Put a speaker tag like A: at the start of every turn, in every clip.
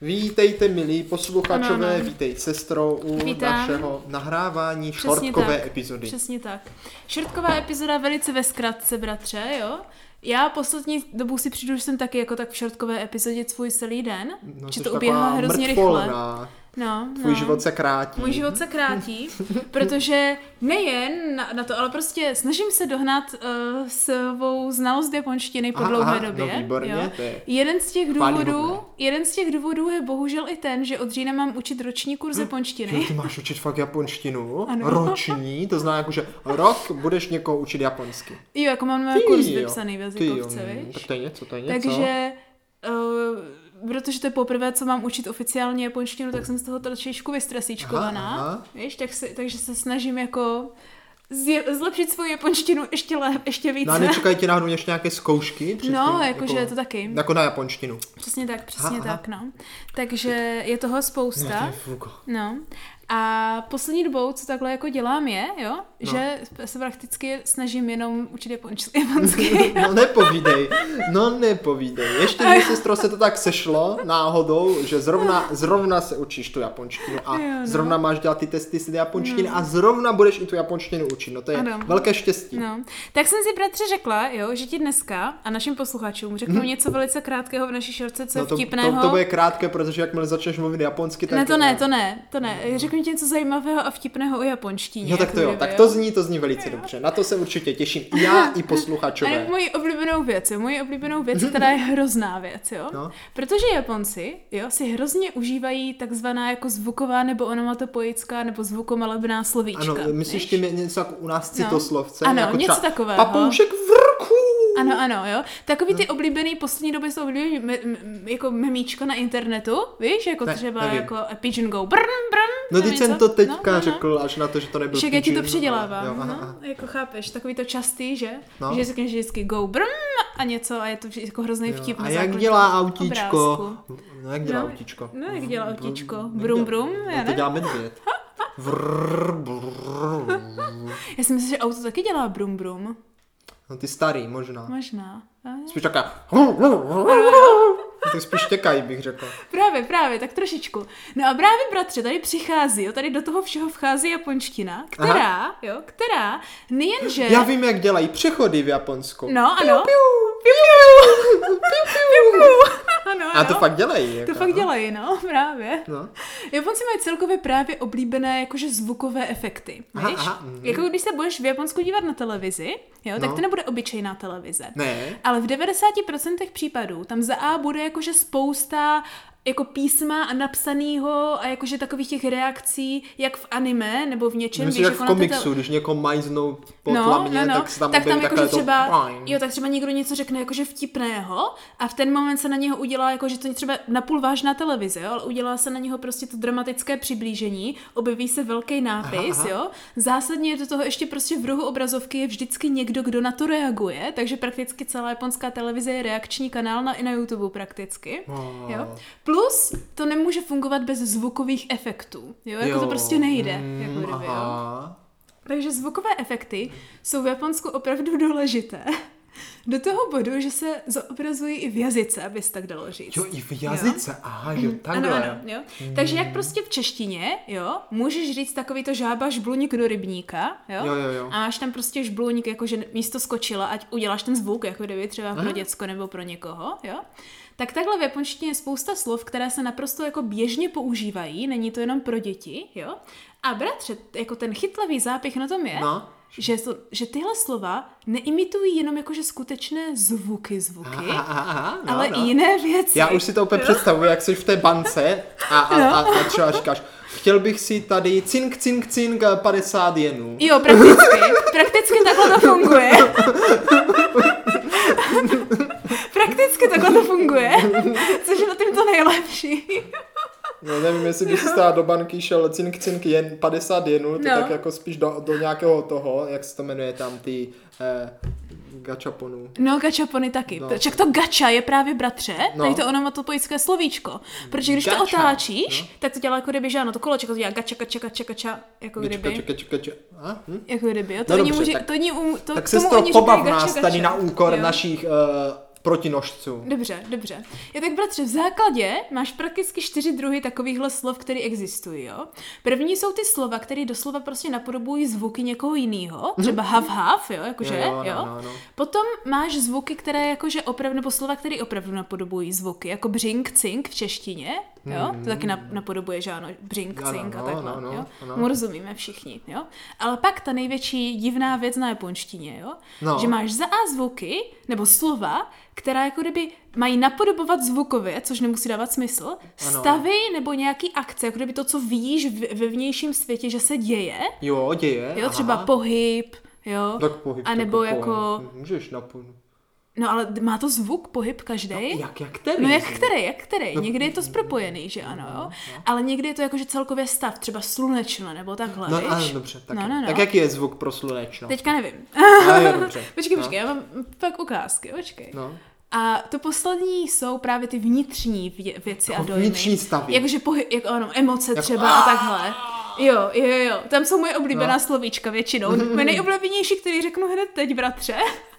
A: Vítejte, milí posluchačové,
B: Ano, ano.
A: vítej sestro u
B: Vítám.
A: našeho nahrávání
B: Přesně
A: šortkové
B: tak.
A: epizody.
B: Přesně tak. Šrtková epizoda velice ve zkratce, bratře, jo? Já poslední dobou si přijdu, že jsem taky jako tak v šortkové epizodě svůj celý den, no, že
A: jsi
B: to
A: taková
B: uběhá hrozně rychle.
A: mrtvolná.
B: No,
A: Tvůj
B: no.
A: život se krátí.
B: Můj život se krátí, protože nejen na, na to, ale prostě snažím se dohnat uh, svou znalost japonštiny po
A: Aha,
B: dlouhé
A: aha,
B: době.
A: no výborně,
B: jo.
A: to je
B: Jeden z těch
A: chvályhodné.
B: důvodů, jeden z těch důvodů je bohužel i ten, že od října mám učit roční
A: Hm.
B: kurz japonštiny.
A: Jo, ty máš učit fakt japonštinu,
B: Ano.
A: roční, to znamená jako, že rok budeš někoho učit japonsky.
B: Jo, jako mám nový kurz
A: jo,
B: vypsaný v
A: ty jo,
B: jazykovce,
A: mm,
B: víš?
A: Tak to je něco, to je něco.
B: Takže, uh, protože to je poprvé, co mám učit oficiálně japonštinu, tak jsem z toho trošičku vystresíčkovaná,
A: Aha, aha.
B: víš, tak se, takže se snažím jako zje- zlepšit svou japonštinu ještě, lé, ještě více.
A: No a nečekají ti náhodou ještě nějaké zkoušky? předtím,
B: No, jakože to taky.
A: Jako na japonštinu.
B: Přesně tak, přesně
A: Aha, aha.
B: tak, no. Takže je toho spousta.
A: Ne, to je fuko.
B: No. A poslední dobou, co takhle jako dělám, je, jo,
A: No.
B: že se prakticky snažím jenom učit japonsk- japonsky.
A: No nepovídej, no nepovídej. Ještě mi sestro se to tak sešlo náhodou, že zrovna, zrovna se učíš tu japonštinu a
B: Jo, no.
A: zrovna máš dělat ty testy z té japonštiny a zrovna budeš i tu japonštinu učit. No to je
B: Ano.
A: velké štěstí.
B: No, tak jsem si bratře řekla, jo, že ti dneska a našim posluchačům řeknu něco velice krátkého v naší šorce, co je
A: Mhm. No to,
B: vtipného.
A: to, to bude krátké, protože jakmile začneš mluvit japonsky, tak...
B: Ne, to ne, to ne, to ne. Řeknu ti něco zajímavého a vtipného o japonštině.
A: No tak to jo,
B: jako kdyby,
A: tak to zní, to zní velice dobře. Na to se určitě těším. I Já i
B: A nebo
A: posluchačové.
B: moji oblíbenou věc, jo, moji oblíbenou věc, která je hrozná věc, jo.
A: Mhm. No.
B: Protože Japonci, jo, si hrozně užívají takzvaná jako zvuková nebo onomatopoická nebo zvukomalebná slovíčka.
A: Ano, myslíš
B: víš? No.
A: tím je něco jako u nás citoslovce?
B: Ano,
A: jako
B: něco
A: třeba
B: takového.
A: Papoušek vrku!
B: Ano, ano, jo. Takový
A: No.
B: ty oblíbený, poslední době jsou oblíbený me, me, jako memíčko na internetu, víš, jako
A: Ne,
B: ne, třeba
A: nevím.
B: jako a pigeon go brn, brn.
A: No
B: nebo
A: teď jsem
B: něco.
A: to teďka
B: no, no.
A: řekl, až na to, že to nebyl
B: Však já ti to
A: pigeon, ale-
B: předělávám,
A: jo, aha,
B: no,
A: aha.
B: jako chápeš, takový to častý, že?
A: No.
B: No. Že řekneš vždycky go brn a něco a je to vždy jako hrozný
A: Jo,
B: vtip
A: A
B: na
A: jak
B: základě
A: dělá
B: obrázku.
A: autíčko? No jak dělá
B: No,
A: autíčko?
B: no, jak dělá autíčko?
A: Jak dělá-
B: Brum, brum, já
A: No, to
B: nevím.
A: dělá medvěd. Vrr, brr.
B: Já si myslím, že auto taky dělá brum brum.
A: No ty starý možná.
B: Možná. A-
A: Spíš taká... To spíš těkají, bych řekl.
B: Právě, právě, tak trošičku. No a právě, bratře, tady přichází, jo, tady do toho všeho vchází japonština, která, jo, která nejenže...
A: Já vím, jak dělají přechody v Japonsku.
B: No, ano.
A: Piu, piu, piu, piu.
B: ano,
A: A
B: ano.
A: to fakt dělají.
B: to
A: jako,
B: fakt
A: no.
B: dělají, no, právě.
A: No.
B: Japonci mají celkově právě oblíbené jakože zvukové efekty,
A: Aha,
B: víš?
A: aha, mhm.
B: Jako když se budeš v Japonsku dívat na televizi, jo, tak
A: No.
B: to nebude obyčejná televize.
A: Ne.
B: Ale v 90% případů tam za A bude jakože spousta jako písma a napsanýho a jakože takových těch reakcí, jak v anime nebo v něčem.
A: Myslím, jak
B: jako
A: v
B: na té
A: komiksu, když někoho majznou po tlamě, tak se tam
B: No, tak tam
A: objeví
B: jakože
A: takové to...
B: třeba, jo, tak třeba někdo něco řekne jakože vtipného a v ten moment se na něho udělá jakože to je třeba napůl vážná televize, jo, ale udělá se na něho prostě to dramatické přiblížení, objeví se velký nápis,
A: Aha, aha.
B: jo. Zásadně je do toho ještě prostě v rohu obrazovky je vždycky někdo, kdo na to reaguje, takže prakticky celá japonská televize je reakční kanál na, i na YouTube prakticky.
A: Wow.
B: Jo? Plus to nemůže fungovat bez zvukových efektů, jo, jako to prostě nejde,
A: Mm,
B: jako kdyby, jo.
A: aha.
B: Takže zvukové efekty jsou v Japonsku opravdu důležité. Do toho bodu, že se zobrazují i v jazyce, aby se tak dalo říct.
A: Jo, i v jazyce, aha, jo,
B: Mm, Ano,
A: takhle.
B: ano, jo. Takže
A: Hmm.
B: jak prostě v češtině, jo, můžeš říct takový to žába žbluník do rybníka, jo?
A: Jo, jo, jo.
B: A máš tam prostě žbluník, jakože místo skočila, ať uděláš ten zvuk, jako kdyby třeba pro děcko nebo pro někoho, jo? Tak takhle v japonštině je spousta slov, které se naprosto jako běžně používají, není to jenom pro děti, jo? A bratře, jako ten chytlavý zápěch na tom je,
A: No.
B: že, to, že tyhle slova neimitují jenom jakože skutečné zvuky, zvuky,
A: Aha, aha, aha, no,
B: ale
A: no.
B: i jiné věci.
A: Já už si to úplně představuji, jak jsi v té bance a, a,
B: No.
A: a, a třeba říkáš, chtěl bych si tady cink, cink, cink eh, 50 jenů.
B: Jo, prakticky. Prakticky takhle to funguje. prakticky takhle to funguje, což je na tím to nejlepší.
A: No, nevím, jestli by si stál do banky šel cink, cink, jen 50 jenů, to
B: No.
A: tak jako spíš do, do nějakého toho, jak se to jmenuje tam, ty eh, gačaponů.
B: No, gačapony taky.
A: No.
B: No. Však to gača je právě bratře,
A: No.
B: no. tady to onomatopoické slovíčko. Protože když
A: Gača,
B: to otáčíš,
A: no.
B: no. tak to dělá jako kdyby, že ano, to kolečko to dělá gača, gača, gača, gača, jako
A: Čeka,
B: kdyby.
A: čeka, čeka, čeka. A, hm?
B: Jako kdyby, jo. To
A: No
B: oni
A: dobře,
B: může,
A: tak-
B: to oni, um, to,
A: Tak
B: tomu
A: sestro,
B: oni říkají
A: pobav
B: gača,
A: nás tady
B: gača.
A: na úkor
B: Jo.
A: našich uh, protinožců.
B: Dobře, dobře. Je tak bratře, v základě máš prakticky čtyři druhy takovýchhle slov, které existují, jo? První jsou ty slova, které doslova prostě napodobují zvuky někoho jiného, třeba hav hav, jo, jakože,
A: Mhm. Jo, jo,
B: jo.
A: no, no, no.
B: Potom máš zvuky, které jakože opravdu, nebo slova, které opravdu napodobují zvuky, jako břink, cink v češtině, jo? To taky nap- napodobuje, že ano, břink,
A: Hmm. Ano,
B: cink a
A: no,
B: takhle,
A: no, no,
B: jo?
A: ano.
B: Mu rozumíme všichni, jo? Ale pak ta největší divná věc na japonštině, jo?
A: No.
B: Že máš za A zvuky, nebo slova, která jako kdyby mají napodobovat zvukově, což nemusí dávat smysl,
A: Ano.
B: stavy nebo nějaký akce, jako kdyby to, co vidíš v- ve vnějším světě, že se děje,
A: Jo, děje.
B: jo, třeba
A: aha.
B: pohyb, jo,
A: Tak pohyb.
B: a nebo
A: tak
B: jako,
A: pohyb. Můžeš napojit.
B: no ale d- má to zvuk, pohyb každý?
A: Jak, jak který? no,
B: No jak který, jak který. Někdy je to zpropojený, že ano, jo? Ale někdy je to jakože celkově stav, třeba slunečno nebo takhle,
A: No,
B: víš?
A: ano, dobře. Tak,
B: no, no, no.
A: tak No. jaký je zvuk pro slunečno?
B: Teďka nevím.
A: A jo, dobře.
B: Počkej,
A: No.
B: počkej, já mám pak ukázky, počkej.
A: No.
B: A to poslední jsou právě ty vnitřní vě- věci a
A: Jako
B: dojmy.
A: vnitřní stavy.
B: Jakože pohy- jako, ano, emoce třeba a takhle. Jo, jo, jo, jo. Tam jsou moje oblíbená
A: No.
B: slovíčka většinou. Moje nejoblíbenější, který řeknu hned teď, bratře.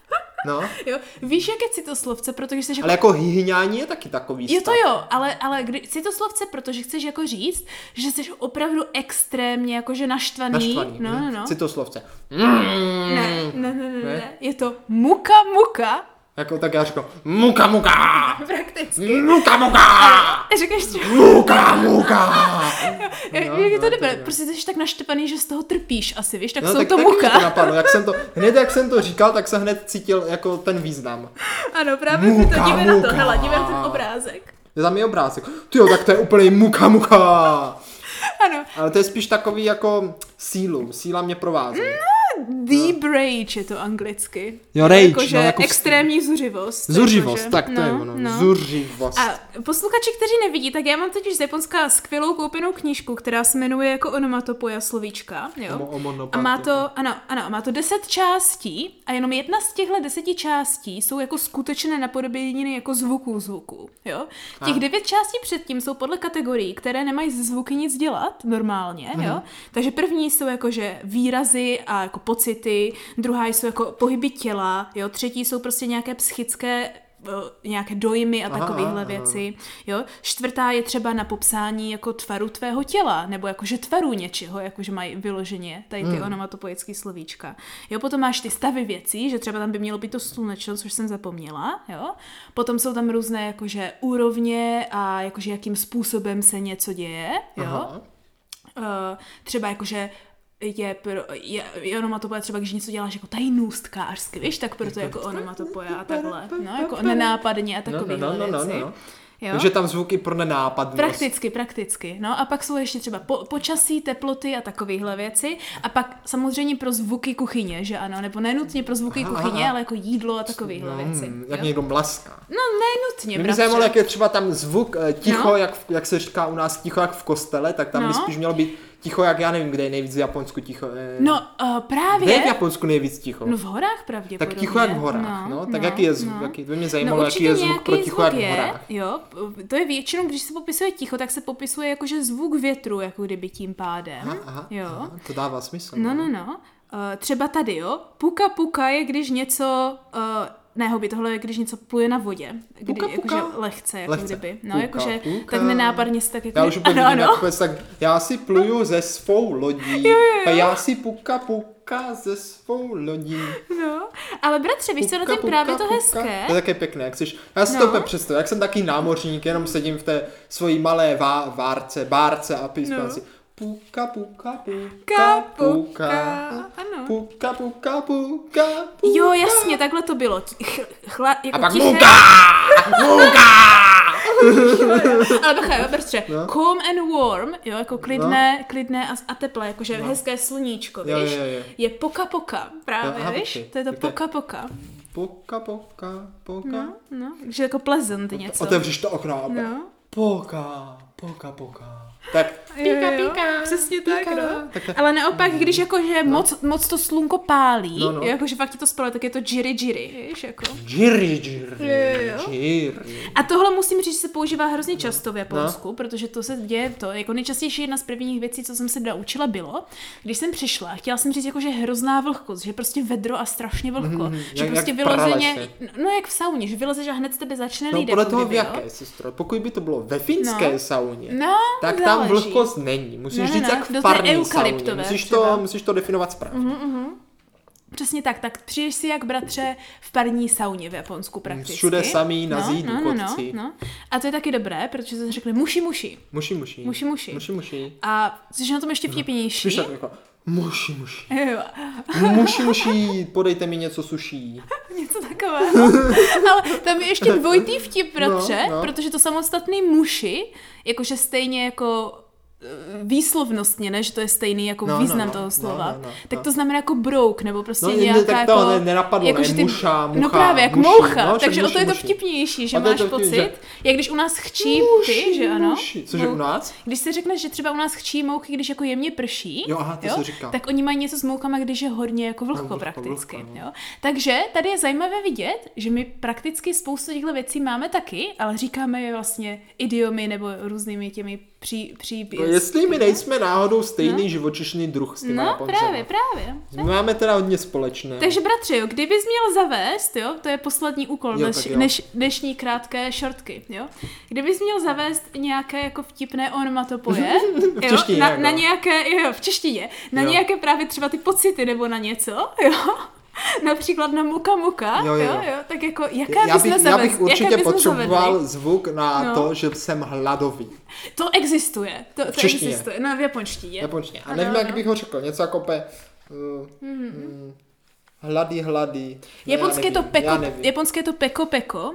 A: no.
B: Jo. Víš, jak je citoslovce, protože jsi jako
A: Ale jako hyhňání je taky takový
B: Jo, to
A: stav.
B: jo, ale, ale kdy, chci to slovce, protože chceš jako říct, že jsi opravdu extrémně jakože naštvaný.
A: Naštvaný.
B: No, no, no.
A: Citoslovce.
B: Ne, ne, ne, ne,
A: Ne?
B: ne, Je to muka, muka.
A: Jako tak já říkám, muka, muka!
B: Prakticky.
A: Muka, muka!
B: A Říkáš, že...
A: Muka, muka!
B: No,
A: No,
B: jak je to
A: no,
B: dobré,
A: tak jo.
B: prostě jsi tak naštvaný, že z toho trpíš asi, víš, tak
A: No,
B: jsou
A: tak
B: to
A: taky mě
B: muka.
A: To napadlo. Jak jsem to, hned jak jsem to říkal, tak jsem hned cítil jako ten význam.
B: Ano, právě muka,
A: Muka,
B: to, dívej na to,
A: muka.
B: hele, dívej na ten obrázek.
A: Je tam i obrázek. Ty jo, tak to je úplný muka, muka!
B: Ano,
A: Ale to je spíš takový jako sílu. Síla mě provází.
B: Mm, deep rage je to anglicky.
A: No. Jo, rage,
B: Jakože
A: no, jako-
B: extrémní zuřivost.
A: Zuřivost,
B: jakože-
A: tak to je
B: no,
A: ono.
B: no.
A: Zuřivost.
B: A posluchači, kteří nevidí, tak já mám totiž z Japonska skvělou koupenou knížku, která se jmenuje jako onomatopoja slovíčka.
A: Omo-
B: Jo? A
A: omonopatia.
B: má to, ano, ano, a má to deset částí a jenom jedna z těchto deseti částí jsou jako skutečné napodoběniny jako zvuků zvuků. Jo? Těch
A: A.
B: devět částí předtím jsou podle kategorií, které nemají ze zvuky nic dělat normálně. Jo? Takže první jsou jakože výrazy a jako pocity, druhá jsou jako pohyby těla, jo? třetí jsou prostě nějaké psychické eh, nějaké dojmy a
A: Aha,
B: takovéhle
A: aha.
B: věci. Jo? Čtvrtá je třeba na popsání jako tvaru tvého těla, nebo jakože tvaru něčeho, jakože mají vyloženě tady
A: Hmm.
B: ty onomatopoické slovíčka. Jo, potom máš ty stavy věcí, že třeba tam by mělo být to slunečno, což jsem zapomněla, jo. Potom jsou tam různé jakože úrovně a jakože jakým způsobem se něco děje, jo.
A: Aha.
B: Eh, třeba jakože je, pro, je, je onomatopoja třeba, když něco děláš jako tady nůstkářsky, víš, tak proto je jako onomatopoja a takhle, no, jako nenápadně a
A: no,
B: takovýhle
A: no, no,
B: věci.
A: no.
B: Jo?
A: Takže tam zvuky pro nenápadnost.
B: Prakticky, prakticky. No a pak jsou ještě třeba po, počasí, teploty a takovéhle věci. A pak samozřejmě pro zvuky kuchyně, že ano? Nebo nenutně pro zvuky
A: Aha,
B: kuchyně,
A: aha.
B: ale jako jídlo a takovéhle
A: No,
B: věci.
A: hmm, jak
B: jo?
A: někdo mlaská.
B: No nenutně,
A: Mě by
B: bratře.
A: zajímalo, jak je třeba tam zvuk eh, ticho,
B: No.
A: jak, v- jak se říká u nás ticho jak v kostele, tak tam by
B: No.
A: spíš mělo být ticho jak, já nevím, kde je nejvíc v Japonsku ticho. eh,
B: No uh,
A: Kde je v
B: právě...
A: Japonsku nejvíc ticho?
B: No v horách pravděpodobně.
A: tak ticho jak v horách, no. tak jaký je zvuk, jaký, by mě zajímalo, jaký
B: No, určitě
A: je zvuk
B: nějaký
A: pro ticho jak v
B: je,
A: horách.
B: Jo, to je většinou, když se popisuje ticho, tak se popisuje jakože zvuk větru, jako kdyby tím pádem.
A: Aha, aha,
B: jo.
A: aha, to dává smysl.
B: No, no, no. Uh, třeba tady, jo. Puka puka je, když něco... Uh, ne, hobby, tohle je, když něco pluje na vodě. Kdy,
A: Puka, puka.
B: Jakože lehce, jako
A: Lehce.
B: kdyby. No,
A: Puka,
B: jakože
A: puka.
B: tak nenápadně se tak jako...
A: Já už úplně
B: ano,
A: vidím, jak
B: ano.
A: vůbec tak, já si pluju ze svou lodí, a já si puka puka ze svou lodí.
B: no. Ale bratře, víš, co je na tom právě to hezké?
A: To je také pěkné, jak jsi, já si
B: No.
A: to úplně představuji, jak jsem taký námořník, jenom sedím v té svojí malé vá, várce, bárce a písmám
B: No.
A: si puka, puka, puka,
B: Ka,
A: puka,
B: puka. Ano.
A: puka, puka, puka, puka.
B: Jo, jasně, takhle to bylo. Ti- Ch- chla, jako
A: A pak
B: tiché,
A: muka, muka.
B: Ale bacha, jo, bratře,
A: No.
B: calm and warm, jo, jako klidné, klidné a, a teplé, jakože hezké sluníčko,
A: No. Jo,
B: víš?
A: jo, jo.
B: Je poka poka, právě,
A: Aha,
B: víš?
A: počkej,
B: To je to
A: tak to je-
B: poka poka.
A: Puka, puka, puka.
B: No, no, takže jako pleasant něco.
A: No, Otevřeš to okno a
B: No.
A: Poka, poka, poka. Tak
B: Píka,
A: píka,
B: Přesně
A: píka.
B: tak, no. Ale naopak, když jakože moc, moc to slunko pálí,
A: No, no.
B: jakože fakt ti to spalo, tak je to jiri jiri, víš, jako.
A: Džiri, džiri,
B: Jo, jo.
A: džiri.
B: A tohle musím říct, že se používá hrozně často v
A: No.
B: Japonsku, protože to se děje to. Jako nejčastější jedna z prvních věcí, co jsem se naučila, bylo, když jsem přišla, chtěla jsem říct, jako, že hrozná vlhkost, že prostě vedro a strašně vlhko.
A: Mhm,
B: že
A: jak-
B: prostě
A: jak
B: vyloženě,
A: pralesy.
B: no jak v sauně, že vylezeš a hned z tebe začne
A: No
B: lídat.
A: podle toho v
B: kdyby, jo.
A: jaké, sestro, pokud by to bylo ve finské
B: No.
A: sauně,
B: No,
A: tak tam
B: záleží.
A: vlhkost není. Musíš
B: Ne, ne,
A: říct
B: ne,
A: jak
B: do té
A: v parní sauně.
B: eukalyptové
A: Musíš
B: třeba. Mhm.
A: to, musíš to definovat správně.
B: Přesně tak, tak přijdeš si jak bratře v parní sauně v Japonsku prakticky.
A: Všude samý na zídu
B: no, no, no,
A: kotci.
B: no. A to je taky dobré, protože se řekli muši muši.
A: Muši, muši.
B: Muši, muši.
A: Muši, muši.
B: A což je na tom
A: No.
B: ještě vtipnější.
A: Víš tak jako, muši, muši.
B: Jo,
A: Muši, muši, podejte mi něco suší.
B: něco takového. Ale tam je ještě dvojitý vtip, bratře,
A: No, no.
B: protože to samostatný muši, jakože stejně jako eh, výslovnostně, ne, že to je stejný jako
A: No, no,
B: význam
A: no,
B: toho
A: no,
B: slova,
A: no, no,
B: tak
A: no.
B: to znamená jako brouk, nebo prostě
A: No, ne,
B: nějaká
A: tak to
B: jako...
A: ne- nenapadlo,
B: jako,
A: ne,
B: že ty,
A: muša,
B: No
A: mucha,
B: právě, jak
A: muši,
B: moucha,
A: no, však
B: takže o to
A: muši,
B: je to
A: muši.
B: vtipnější, že
A: A to je
B: máš
A: to vtip,
B: pocit,
A: že-
B: jak když u nás chčí ty, že ano? No.
A: muši. Cože
B: Mou-
A: u nás?
B: Když se řekne, že třeba u nás chčí mouchy, když jako jemně prší,
A: Jo, aha, to se říká.
B: tak oni mají něco s moukama, když je hodně jako vlhko
A: vlhko,
B: prakticky.
A: vlhko, no.
B: jo. Takže tady je zajímavé vidět, že my prakticky spoustu těchto věcí máme taky, ale říkáme je vlastně idiomy nebo různými těmi pří,
A: No,
B: příběhy.
A: jestli my nejsme náhodou stejný živočišný druh s těma
B: No,
A: Japoncema.
B: právě, právě.
A: My máme teda hodně společné.
B: Takže bratře, jo, kdybys měl zavést, jo, to je poslední úkol
A: Jo,
B: dneš,
A: tak jo.
B: Než, dnešní krátké šortky, jo. Kdybys měl zavést nějaké jako vtipné onomatopoje,
A: V češtině,
B: na,
A: jako.
B: na nějaké, jo, v češtině, na
A: Jo.
B: nějaké právě třeba ty pocity nebo na něco, jo. Například na muka muka, jo,
A: Jo,
B: jo,
A: jo,
B: jo.
A: jo.
B: tak jako, jaké
A: já
B: bys
A: bych,
B: zavedl?
A: já bych
B: jaké
A: určitě
B: bysme
A: potřeboval
B: zavedli?
A: zvuk na
B: No.
A: to, že jsem hladový.
B: To existuje, to, to
A: češtině.
B: existuje, no v japonštině.
A: Japonštině. A
B: Ano,
A: nevím, jak
B: ano. Mhm.
A: bych ho řekl. Něco jako pe... Uh, mm, hladý, hladý. Ne,
B: Japonské
A: já
B: je, to
A: nevím, já
B: peko,
A: nevím.
B: japonské je to peko peko,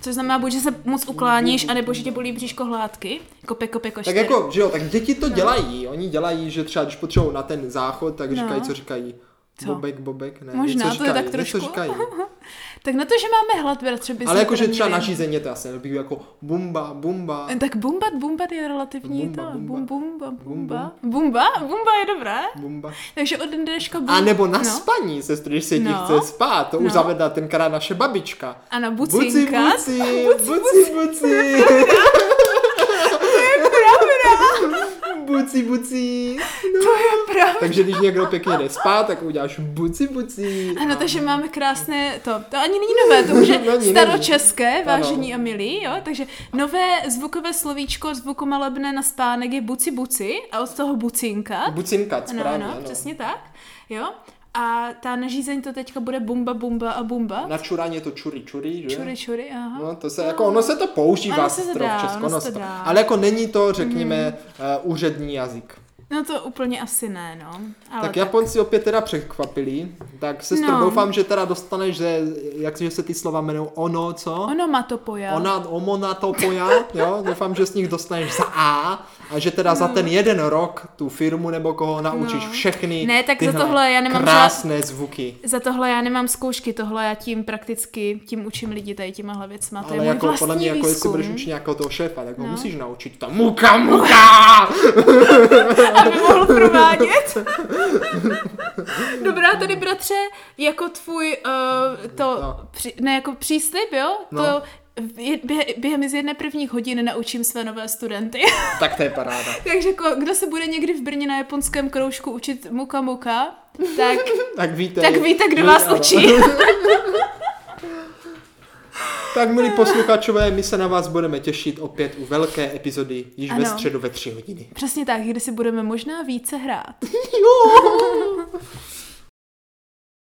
B: což znamená buď, že se moc ukláníš, anebo že tě bolí bříško hládky, jako peko peko
A: Mm. Tak
B: čtyři.
A: jako, že jo, tak děti to dělají. Oni dělají, že třeba když potřebují na ten záchod, tak
B: No.
A: říkají, co říkají.
B: Co?
A: Bobek, bobek, ne,
B: Možná,
A: něco
B: to je
A: říkají,
B: tak
A: něco
B: trošku.
A: říkají.
B: Tak na to, že máme hlad, bratře, by
A: Ale
B: jsme
A: jakože
B: teda
A: třeba
B: měli-
A: naší země to asi nebyl jako bumba, bumba.
B: Tak bumbat, bumbat je relativní
A: Bumba,
B: to.
A: bumba.
B: Bum, bumba,
A: Bum,
B: bumba. Bumba? Bumba je dobré.
A: Bumba.
B: Takže od dneška bum.
A: A nebo na
B: No.
A: spaní, sestry, když se ti
B: No.
A: chce spát, to
B: No.
A: už zavedla tenkrát naše babička.
B: Ano,
A: Buci,
B: bucinka.
A: buci, buci, buci. Buci, buci.
B: To je pravda.
A: Takže když někdo pěkně jde spát, tak uděláš buci, buci.
B: Ano, takže máme krásné to. To ani není nové, to už je
A: No, Není, není.
B: staročeské,
A: Ano.
B: vážení a milí, jo. Takže nové zvukové slovíčko, zvukomalebné na spánek je buci buci a od toho bucinka.
A: Bucinka, správně.
B: Ano, ano,
A: ano.
B: přesně tak, jo. A ta nařízení to teďka bude bumba, bumba a bumba.
A: Na čurání je to čuri, čuri, že?
B: Čury, čury, aha.
A: No, to se, jako, ono se to používá,
B: Ono se to
A: sestro,
B: dá,
A: v Česku,
B: ono
A: ono
B: se
A: se
B: to
A: to.
B: dá. Mhm.
A: Ale jako není to, řekněme, uh, úřední jazyk.
B: No to úplně asi ne, no. Ale
A: tak Japonci opět teda překvapili, tak sestro,
B: No.
A: doufám, že teda dostaneš, že, jak že se ty slova jmenují ono, co?
B: Ono má to pojal.
A: Ona, omona to pojal, jo, doufám, že z nich dostaneš za A a že teda za ten jeden rok tu firmu nebo koho naučíš
B: No.
A: všechny
B: Ne, tak za
A: tyhle
B: tohle já nemám
A: krásné zvuky.
B: Za tohle já nemám zkoušky, tohle já tím prakticky, tím učím lidi tady těmahle věcma. To je
A: Ale
B: můj
A: jako
B: vlastní
A: podle mě, jako jestli
B: výzkum.
A: budeš učit nějakého toho šéfa, tak ho
B: No.
A: musíš naučit. Ta muka, muka!
B: aby mohl provádět. Dobrá, tady bratře, jako tvůj uh, to, no.
A: No.
B: při, ne jako příslip, jo?
A: No.
B: No. To je- běhe- během z jedné prvních hodin naučím své nové studenty.
A: tak to je paráda.
B: Takže ko- kdo se bude někdy v Brně na japonském kroužku učit muka muka, tak,
A: Tak víte.
B: tak víte, kdo
A: my-
B: vás
A: ano.
B: učí.
A: Tak milí posluchačové, my se na vás budeme těšit opět u velké epizody již ve
B: Ano.
A: středu ve tři hodiny.
B: Přesně tak, kdy si budeme možná více hrát.
A: Jo!